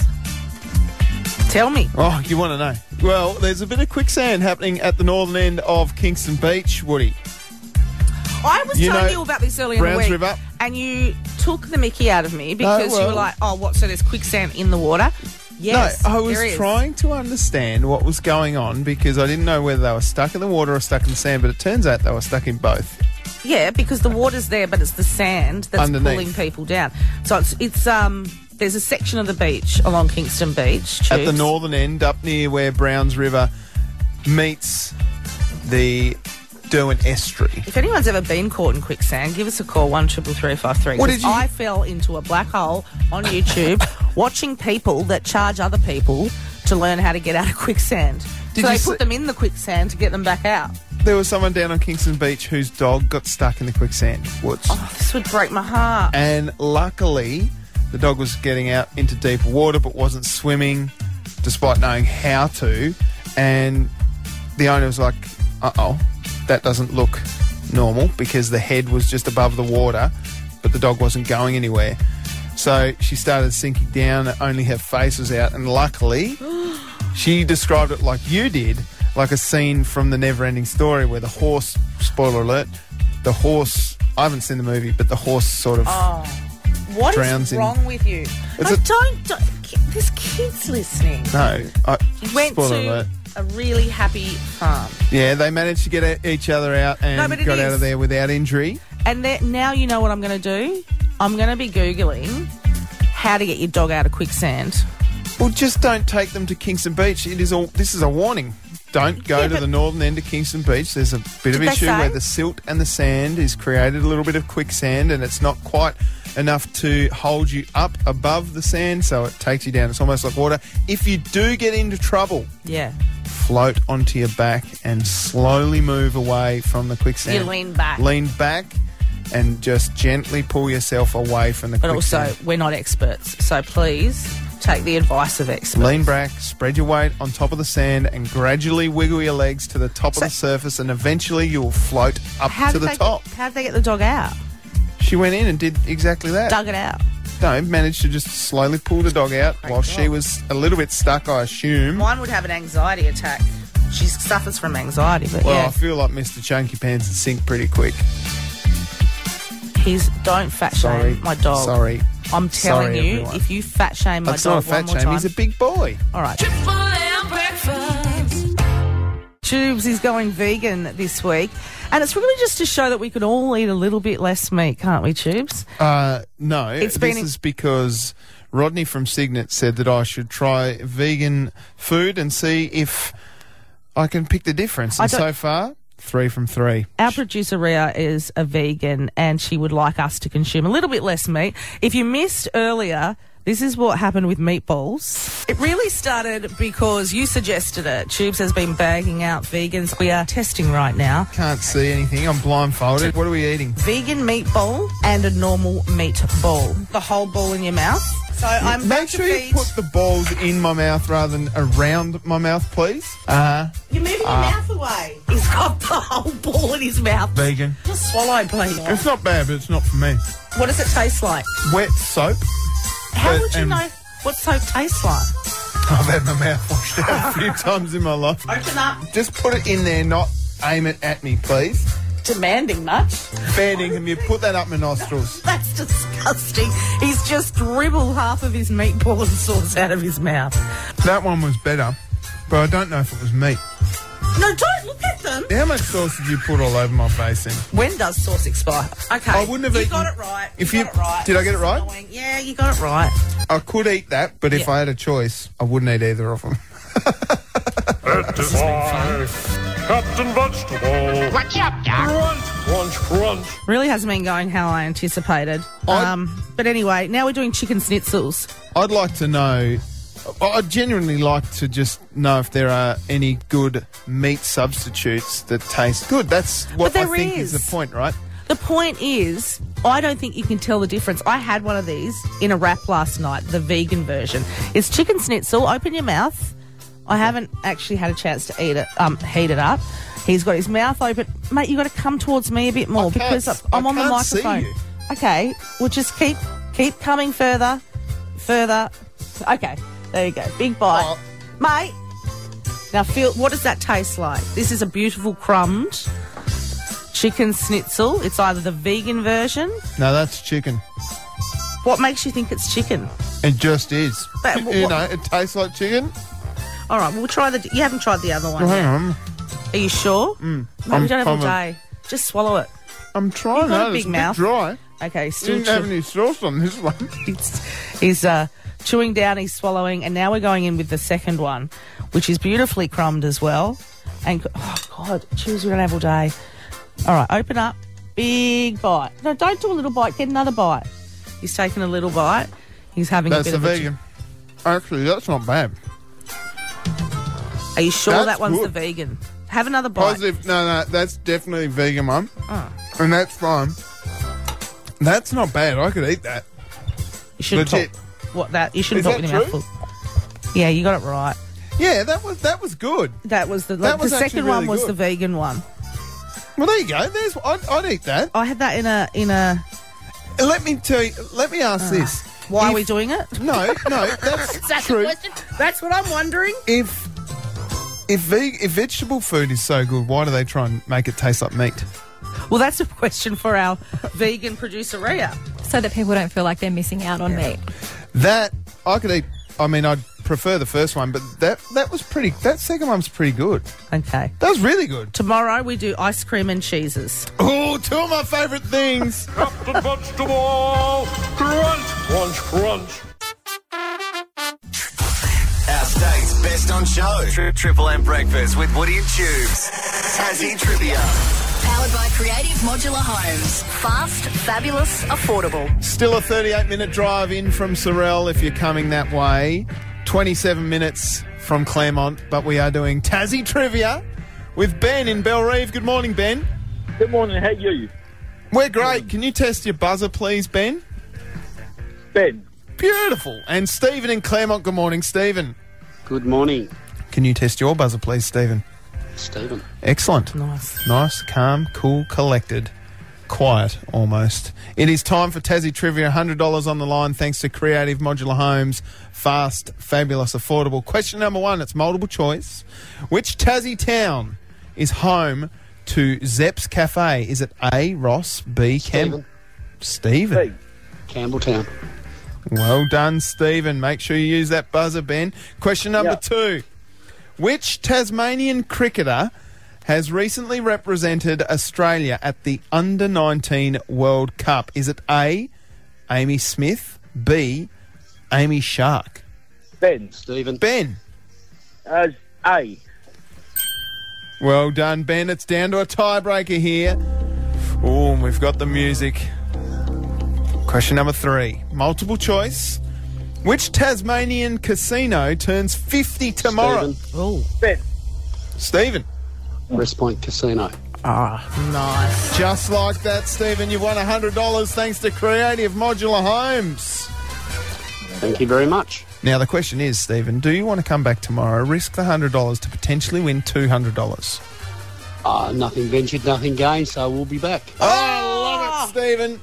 Tell me. Oh, you want to know? Well, there's a bit of quicksand happening at the northern end of Kingston Beach, Woody. I was You telling know you about this earlier in the Browns week, River? and you took the mickey out of me because you well- were like, "Oh, what? So there's quicksand in the water?" Yes, no, I was there is. trying to understand what was going on because I didn't know whether they were stuck in the water or stuck in the sand, but it turns out they were stuck in both. Yeah, because the water's there, but it's the sand that's Underneath. pulling people down. So it's it's um there's a section of the beach along Kingston Beach At the Tubes. northern end, up near where Browns River meets the Derwent Estuary. If anyone's ever been caught in quicksand, give us a call one triple three five three. What did you- I fell into a black hole on YouTube watching people that charge other people to learn how to get out of quicksand. Did so you they see- put them in the quicksand to get them back out. There was someone down on Kingston Beach whose dog got stuck in the quicksand woods. Oh, this would break my heart. And luckily, the dog was getting out into deep water but wasn't swimming, despite knowing how to. And the owner was like, uh oh, that doesn't look normal because the head was just above the water, but the dog wasn't going anywhere. So she started sinking down, only her face was out. And luckily, she described it like you did, like a scene from the never ending story where the horse, spoiler alert, the horse, I haven't seen the movie, but the horse sort of. What is Drowns in- wrong with you? It's I a- don't, don't. There's kids listening. No. I, went spoiler to alert. a really happy farm. Yeah, they managed to get e- each other out and No, but it got out is- of there without injury. And there, now you know what I'm going to do. I'm going to be Googling how to get your dog out of quicksand. Well, just don't take them to Kingston Beach. It is all. This is a warning. Don't go Yeah, to but- the northern end of Kingston Beach. There's a bit of Did they issue where say? the silt and the sand is created a little bit of quicksand, and it's not quite enough to hold you up above the sand, so it takes you down. It's almost like water. If you do get into trouble, Yeah. float onto your back and slowly move away from the quicksand. You lean back. Lean back and just gently pull yourself away from the But quicksand. also, we're not experts. So please take the advice of experts. Lean back, spread your weight on top of the sand, and gradually wiggle your legs to the top So- of the surface, and eventually you'll float up How to did the they top. Get, how did they get the dog out? She went in and did exactly that. Dug it out. No, managed to just slowly pull the dog out while she was a little bit stuck, I assume. Mine would have an anxiety attack. She suffers from anxiety, but Well, I yeah, feel like Mr. Chunky Pants would sink pretty quick. he's don't fat shame Sorry. my dog. Sorry. I'm telling Sorry, you, everyone. if you fat shame my That's not dog a one fat more shame. time, He's a big boy. all right. Triple M breakfast. Tubes is going vegan this week, And it's really just to show that we can all eat a little bit less meat, can't we, Tubes? Uh, no, It's this been- is because Rodney from Signet said that I should try vegan food and see if I can pick the difference. I And don't- so far, three from three. Our producer Ria is a vegan and she would like us to consume a little bit less meat. If you missed earlier, this is what happened with meatballs. It really started because you suggested it. Tubes has been bagging out vegans. We are testing right now. Can't see anything. I'm blindfolded. What are we eating? Vegan meatball and a normal meatball. The whole ball in your mouth. So I'm Make about sure to you feed- put the balls in my mouth rather than around my mouth, please. Uh, You're moving your Ah. mouth away. He's got the whole ball in his mouth. vegan. Just swallow, please. It's not bad, but it's not for me. What does it taste like? Wet soap. How Uh, would you and- know what soap tastes like? I've had my mouth washed out a few times in my life. Open up. Just put it in there, not aim it at me, please. Demanding much. Banding him, you put that up my nostrils. That's disgusting. He's just dribbled half of his meatball and sauce out of his mouth. That one was better, but I don't know if it was meat. No, don't look at them. How much sauce did you put all over my face in? When does sauce expire? Okay. I wouldn't have you eaten- got it right. If you, you- got it right. did I get it This is right? annoying. Yeah, you got it right. I could eat that, but if Yeah. I had a choice, I wouldn't eat either of them. This has been fun. Captain Vegetable. What's up, Doc? Crunch, crunch, crunch. Really hasn't been going how I anticipated. Um, but anyway, now we're doing chicken schnitzels. I'd like to know. I- I'd genuinely like to just know if there are any good meat substitutes that taste good. That's what I there think is. is. the point, right? The point is, I don't think you can tell the difference. I had one of these in a wrap last night, the vegan version. It's chicken schnitzel. Open your mouth. I haven't actually had a chance to eat it, um, heat it up. He's got his mouth open. Mate, you got to come towards me a bit more because s- I'm I'm I on the can't see microphone. you. Okay, we'll just keep keep coming further, further. Okay, there you go. Big bite, Oh. mate. Now feel. What does that taste like? This is a beautiful crumbed chicken schnitzel. It's either the vegan version. No, that's chicken. What makes you think it's chicken? It just is. But wh- you what- know, it tastes like chicken. All right, we'll try the. You haven't tried the other one. Hang yet. on. Are you sure? Mm, Mate, I'm we don't have a fine day. Just swallow it. I'm trying. You've got a no, it's big a bit mouth. dry. Okay, You still didn't have chew- any sauce on this one. He's, he's uh, chewing down, he's swallowing, and now we're going in with the second one, which is beautifully crumbed as well. And oh god, chews we don't have all day. All right, open up, big bite. No, don't do a little bite. Get another bite. He's taking a little bite. He's having That's a bit the of a vegan. Actually, that's not bad. Are you sure That's that one's good. the vegan? Have another bite. Positive. No, no, that's definitely vegan, mum. Oh. And that's fine. That's not bad. I could eat that. You should Legit. talk. What that? You should Is have talked that with your true? mouth full. Yeah, you got it right. Yeah, that was that was good. That was the That like, was the actually second really one was good. the vegan one. Well, there you go. There's I'd, I'd eat that. I had that in a in a. And Let me tell you. Let me ask this. Why If- are we doing it? No, no, that's true. That's what I'm wondering. If if veg, if vegetable food is so good, why do they try and make it taste like meat? Well, that's a question for our vegan producer Rhea. So that people don't feel like they're missing out on meat. That I could eat. I mean, I'd prefer the first one, but that that was pretty. That second one's pretty good. Okay. That was really good. Tomorrow we do ice cream and cheeses. Oh, two of my favourite things. Captain Vegetable. Crunch, crunch, crunch. Our state's best on show. Tri- Triple M breakfast with Woody and Tubes. Tassie trivia. Powered by Creative Modular Homes. Fast, fabulous, affordable. Still a 38 minute drive in from Sorel if you're coming that way. 27 minutes from Claremont, but we are doing Tassie trivia with Ben in Belrive. Good morning, Ben. Good morning. How are you? We're great. Can you test your buzzer, please, Ben? Ben. Beautiful. And Stephen in Claremont. Good morning, Stephen. Good morning, Can you test your buzzer, please, Stephen? Stephen. Excellent. Nice. Nice, calm, cool, collected. Quiet almost. It is time for Tassie Trivia. $100 on the line thanks to Creative Modular Homes. Fast, fabulous, affordable. Question number one it's multiple choice. Which Tassie town is home to Zepp's Cafe? Is it A. Ross, B. Campbell? Stephen. Campbelltown. Well done, Stephen. Make sure you use that buzzer, Ben. Question number two. Which Tasmanian cricketer has recently represented Australia at the Under 19 World Cup? Is it A, Amy Smith, B, Amy Shark? Ben. Stephen. Ben. As A. Well done, Ben. It's down to a tiebreaker here. Oh, and we've got the music. Question number three multiple choice. Which Tasmanian casino turns 50 tomorrow? Oh. Ben. Stephen. West Point Casino. Ah, nice. Just like that, Stephen, you won $100 thanks to Creative Modular Homes. Thank you very much. Now, the question is, Stephen, do you want to come back tomorrow, risk the $100 to potentially win $200? Uh, nothing ventured, nothing gained, so we'll be back. Oh, I love it, Stephen.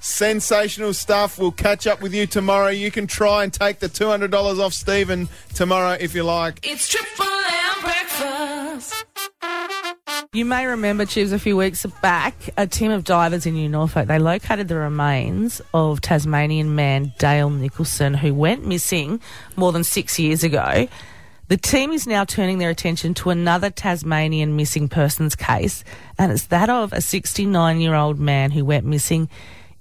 Sensational stuff. We'll catch up with you tomorrow. You can try and take the $200 off Stephen tomorrow if you like. It's Triple M breakfast. You may remember, Chibs, a few weeks back, a team of divers in New Norfolk, they located the remains of Tasmanian man Dale Nicholson, who went missing more than six years ago. The team is now turning their attention to another Tasmanian missing persons case, and it's that of a 69 year old man who went missing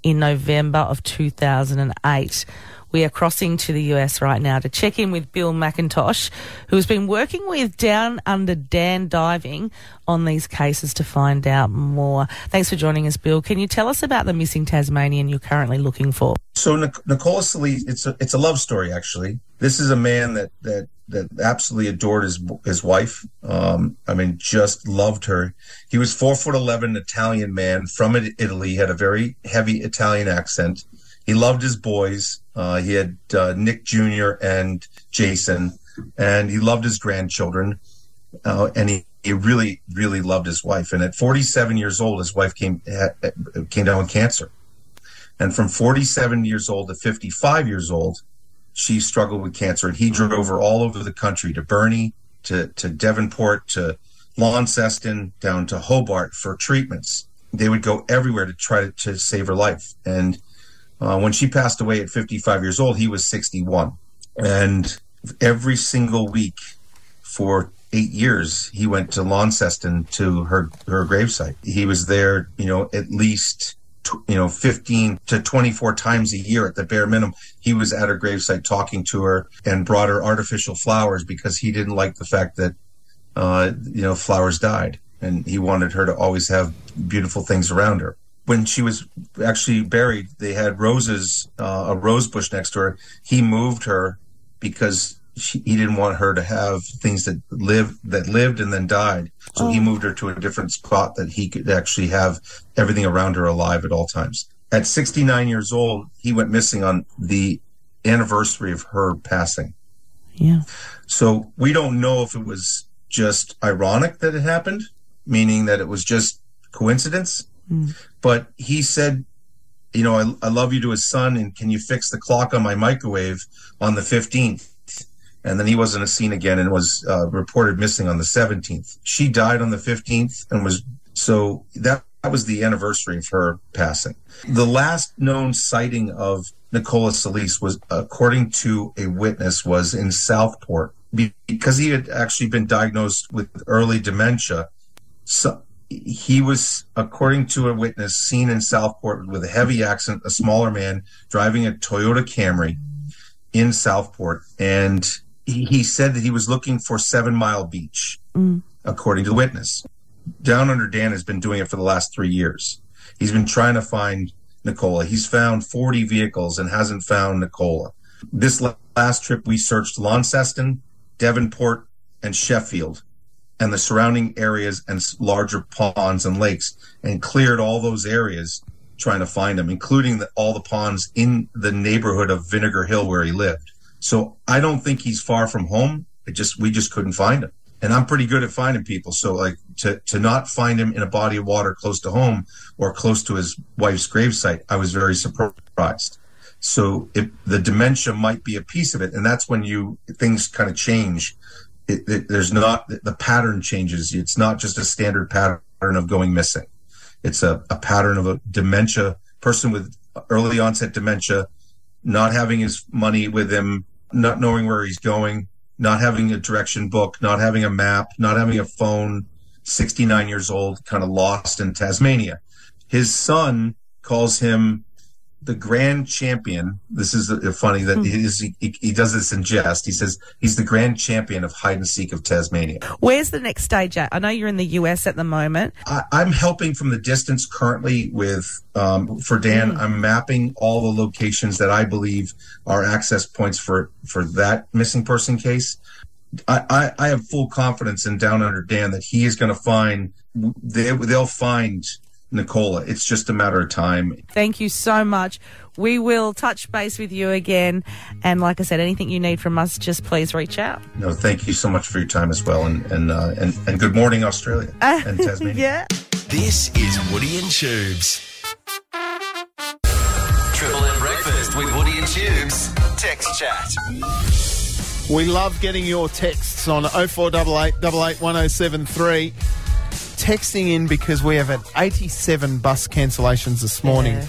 in November of 2008. We are crossing to the US right now to check in with Bill McIntosh, who has been working with Down Under Dan Diving on these cases to find out more. Thanks for joining us, Bill. Can you tell us about the missing Tasmanian you're currently looking for? So Nic- Nicola Salise, it's a, it's a love story actually. This is a man that that that absolutely adored his his wife. Um, I mean, just loved her. He was four foot eleven, Italian man from It- Italy. Had a very heavy Italian accent. He loved his boys. Uh, he had uh, Nick Jr. and Jason, and he loved his grandchildren. Uh, and he, he really, really loved his wife. And at 47 years old, his wife came had, came down with cancer. And from 47 years old to 55 years old, she struggled with cancer. And he drove her all over the country to Burnie, to, to Devonport, to Launceston, down to Hobart for treatments. They would go everywhere to try to, to save her life. And uh, when she passed away at 55 years old, he was 61. And every single week for eight years, he went to Launceston to her, her gravesite. He was there, you know, at least, tw- you know, 15 to 24 times a year at the bare minimum. He was at her gravesite talking to her and brought her artificial flowers because he didn't like the fact that, uh, you know, flowers died. And he wanted her to always have beautiful things around her when she was actually buried, they had roses, uh, a rose bush next to her. He moved her because she, he didn't want her to have things that live that lived and then died. So he moved her to a different spot that he could actually have everything around her alive at all times. At 69 years old, he went missing on the anniversary of her passing. Yeah. So we don't know if it was just ironic that it happened, meaning that it was just coincidence but he said, you know, I, I love you to his son, and can you fix the clock on my microwave on the 15th? And then he wasn't seen again and was uh, reported missing on the 17th. She died on the 15th and was so that, that was the anniversary of her passing. The last known sighting of Nicola Solis was, according to a witness, was in Southport Be- because he had actually been diagnosed with early dementia. So, he was, according to a witness, seen in Southport with a heavy accent, a smaller man driving a Toyota Camry in Southport. And he, he said that he was looking for Seven Mile Beach, according to the witness. Down Under Dan has been doing it for the last three years. He's been trying to find Nicola. He's found 40 vehicles and hasn't found Nicola. This la- last trip, we searched Launceston, Devonport, and Sheffield and the surrounding areas and s- larger ponds and lakes and cleared all those areas trying to find him, including the, all the ponds in the neighborhood of Vinegar Hill where he lived. So I don't think he's far from home. It just, we just couldn't find him. And I'm pretty good at finding people. So like to, to not find him in a body of water close to home or close to his wife's gravesite, I was very surprised. So if the dementia might be a piece of it, and that's when you things kind of change. It, it, there's not the the pattern changes. It's not just a standard pattern of going missing. It's a, a pattern of a dementia person with early onset dementia, not having his money with him, not knowing where he's going, not having a direction book, not having a map, not having a phone, 69 years old, kind of lost in Tasmania. His son calls him the grand champion. This is uh, funny that he, is- he, he does this in jest. He says he's the grand champion of hide and seek of Tasmania. Where's the next stage at? I know you're in the US at the moment. I, I'm helping from the distance currently with um, for Dan. I'm mapping all the locations that I believe are access points for for that missing person case. I, I, I have full confidence in Down Under Dan that he is going to find they they'll find Nicola. It's just a matter of time. Thank you so much. We will touch base with you again. And like I said, anything you need from us, just please reach out. No, thank you so much for your time as well, and and uh, and, and good morning Australia and Tasmania. yeah. This is Woody and Tubes. Triple M Breakfast with Woody and Tubes. Text chat. We love getting your texts on 0488 881073. Texting in because we have had 87 bus cancellations this morning. Yeah.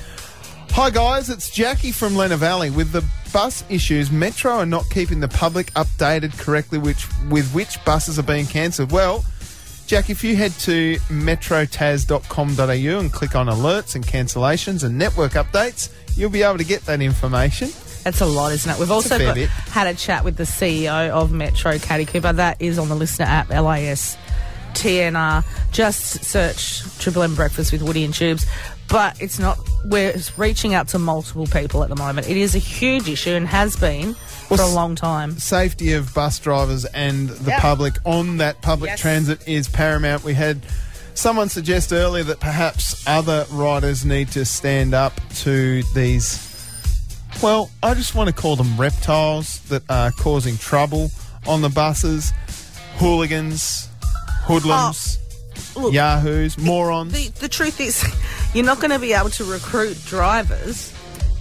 Hi guys, it's Jackie from Lena Valley. With the bus issues, Metro are not keeping the public updated correctly which with which buses are being cancelled. Well, Jack, if you head to metrotas.com.au and click on alerts and cancellations and network updates, you'll be able to get that information. That's a lot, isn't it? We've also a fair got- bit. had a chat with the CEO of Metro, Katie Cooper. That is on the listener app, LIS TNR. Just search Triple M Breakfast with Woody and Tubes. But it's not, we're reaching out to multiple people at the moment. It is a huge issue and has been for a long time. safety of bus drivers and the Yeah. public on that public Yes. transit is paramount. We had someone suggest earlier that perhaps other riders need to stand up to these. Well, I just want to call them reptiles that are causing trouble on the buses, hooligans, hoodlums, Oh, look. yahoos, morons. The, the truth is, you're not going to be able to recruit drivers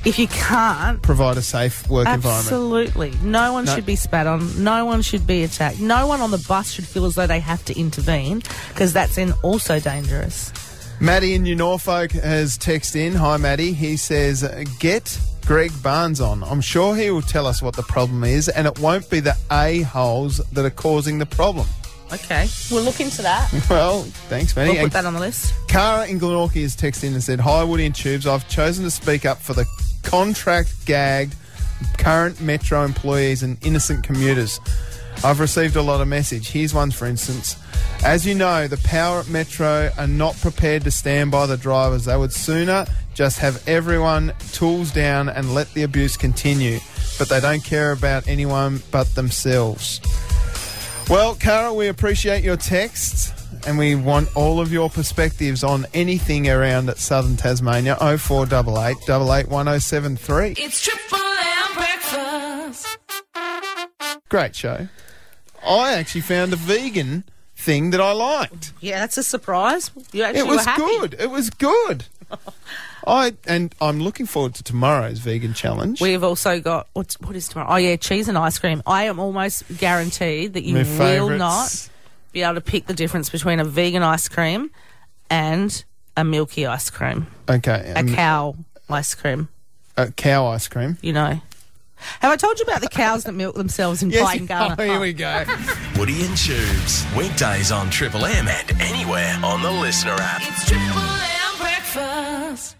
if you can't provide a safe work environment. Absolutely. No one No. should be spat on. No one should be attacked. No one on the bus should feel as though they have to intervene because that's in also dangerous. Maddie in New Norfolk has texted in. Hi, Maddie. He says, Get Greg Barnes on. I'm sure he will tell us what the problem is, and it won't be the a-holes that are causing the problem. Okay. We'll look into that. Well, thanks, Maddie. We'll put And that on the list. Cara in Glenorchy has texted in and said, Hi, Woody and Tubes. I've chosen to speak up for the contract gagged current Metro employees and innocent commuters. I've received a lot of message. Here's one, for instance. As you know, the power at Metro are not prepared to stand by the drivers. They would sooner just have everyone tools down and let the abuse continue. But they don't care about anyone but themselves. Well, Cara, we appreciate your texts and we want all of your perspectives on anything around southern Tasmania 0488 881073. It's Triple M Breakfast. Great show. I actually found a vegan thing that I liked. Yeah, that's a surprise. You actually it was were happy. good. It was good. I and I'm looking forward to tomorrow's vegan challenge. We've also got what's, what is tomorrow? Oh yeah, cheese and ice cream. I am almost guaranteed that you My will favourites. not be able to pick the difference between a vegan ice cream and a milky ice cream, Okay. um, a cow ice cream. a cow ice cream. You know. Have I told you about the cows that milk themselves in Yes, Pine Ghana? oh, here we go. Woody and Tubes. Weekdays on Triple M and anywhere on the listener app. It's Triple M Breakfast.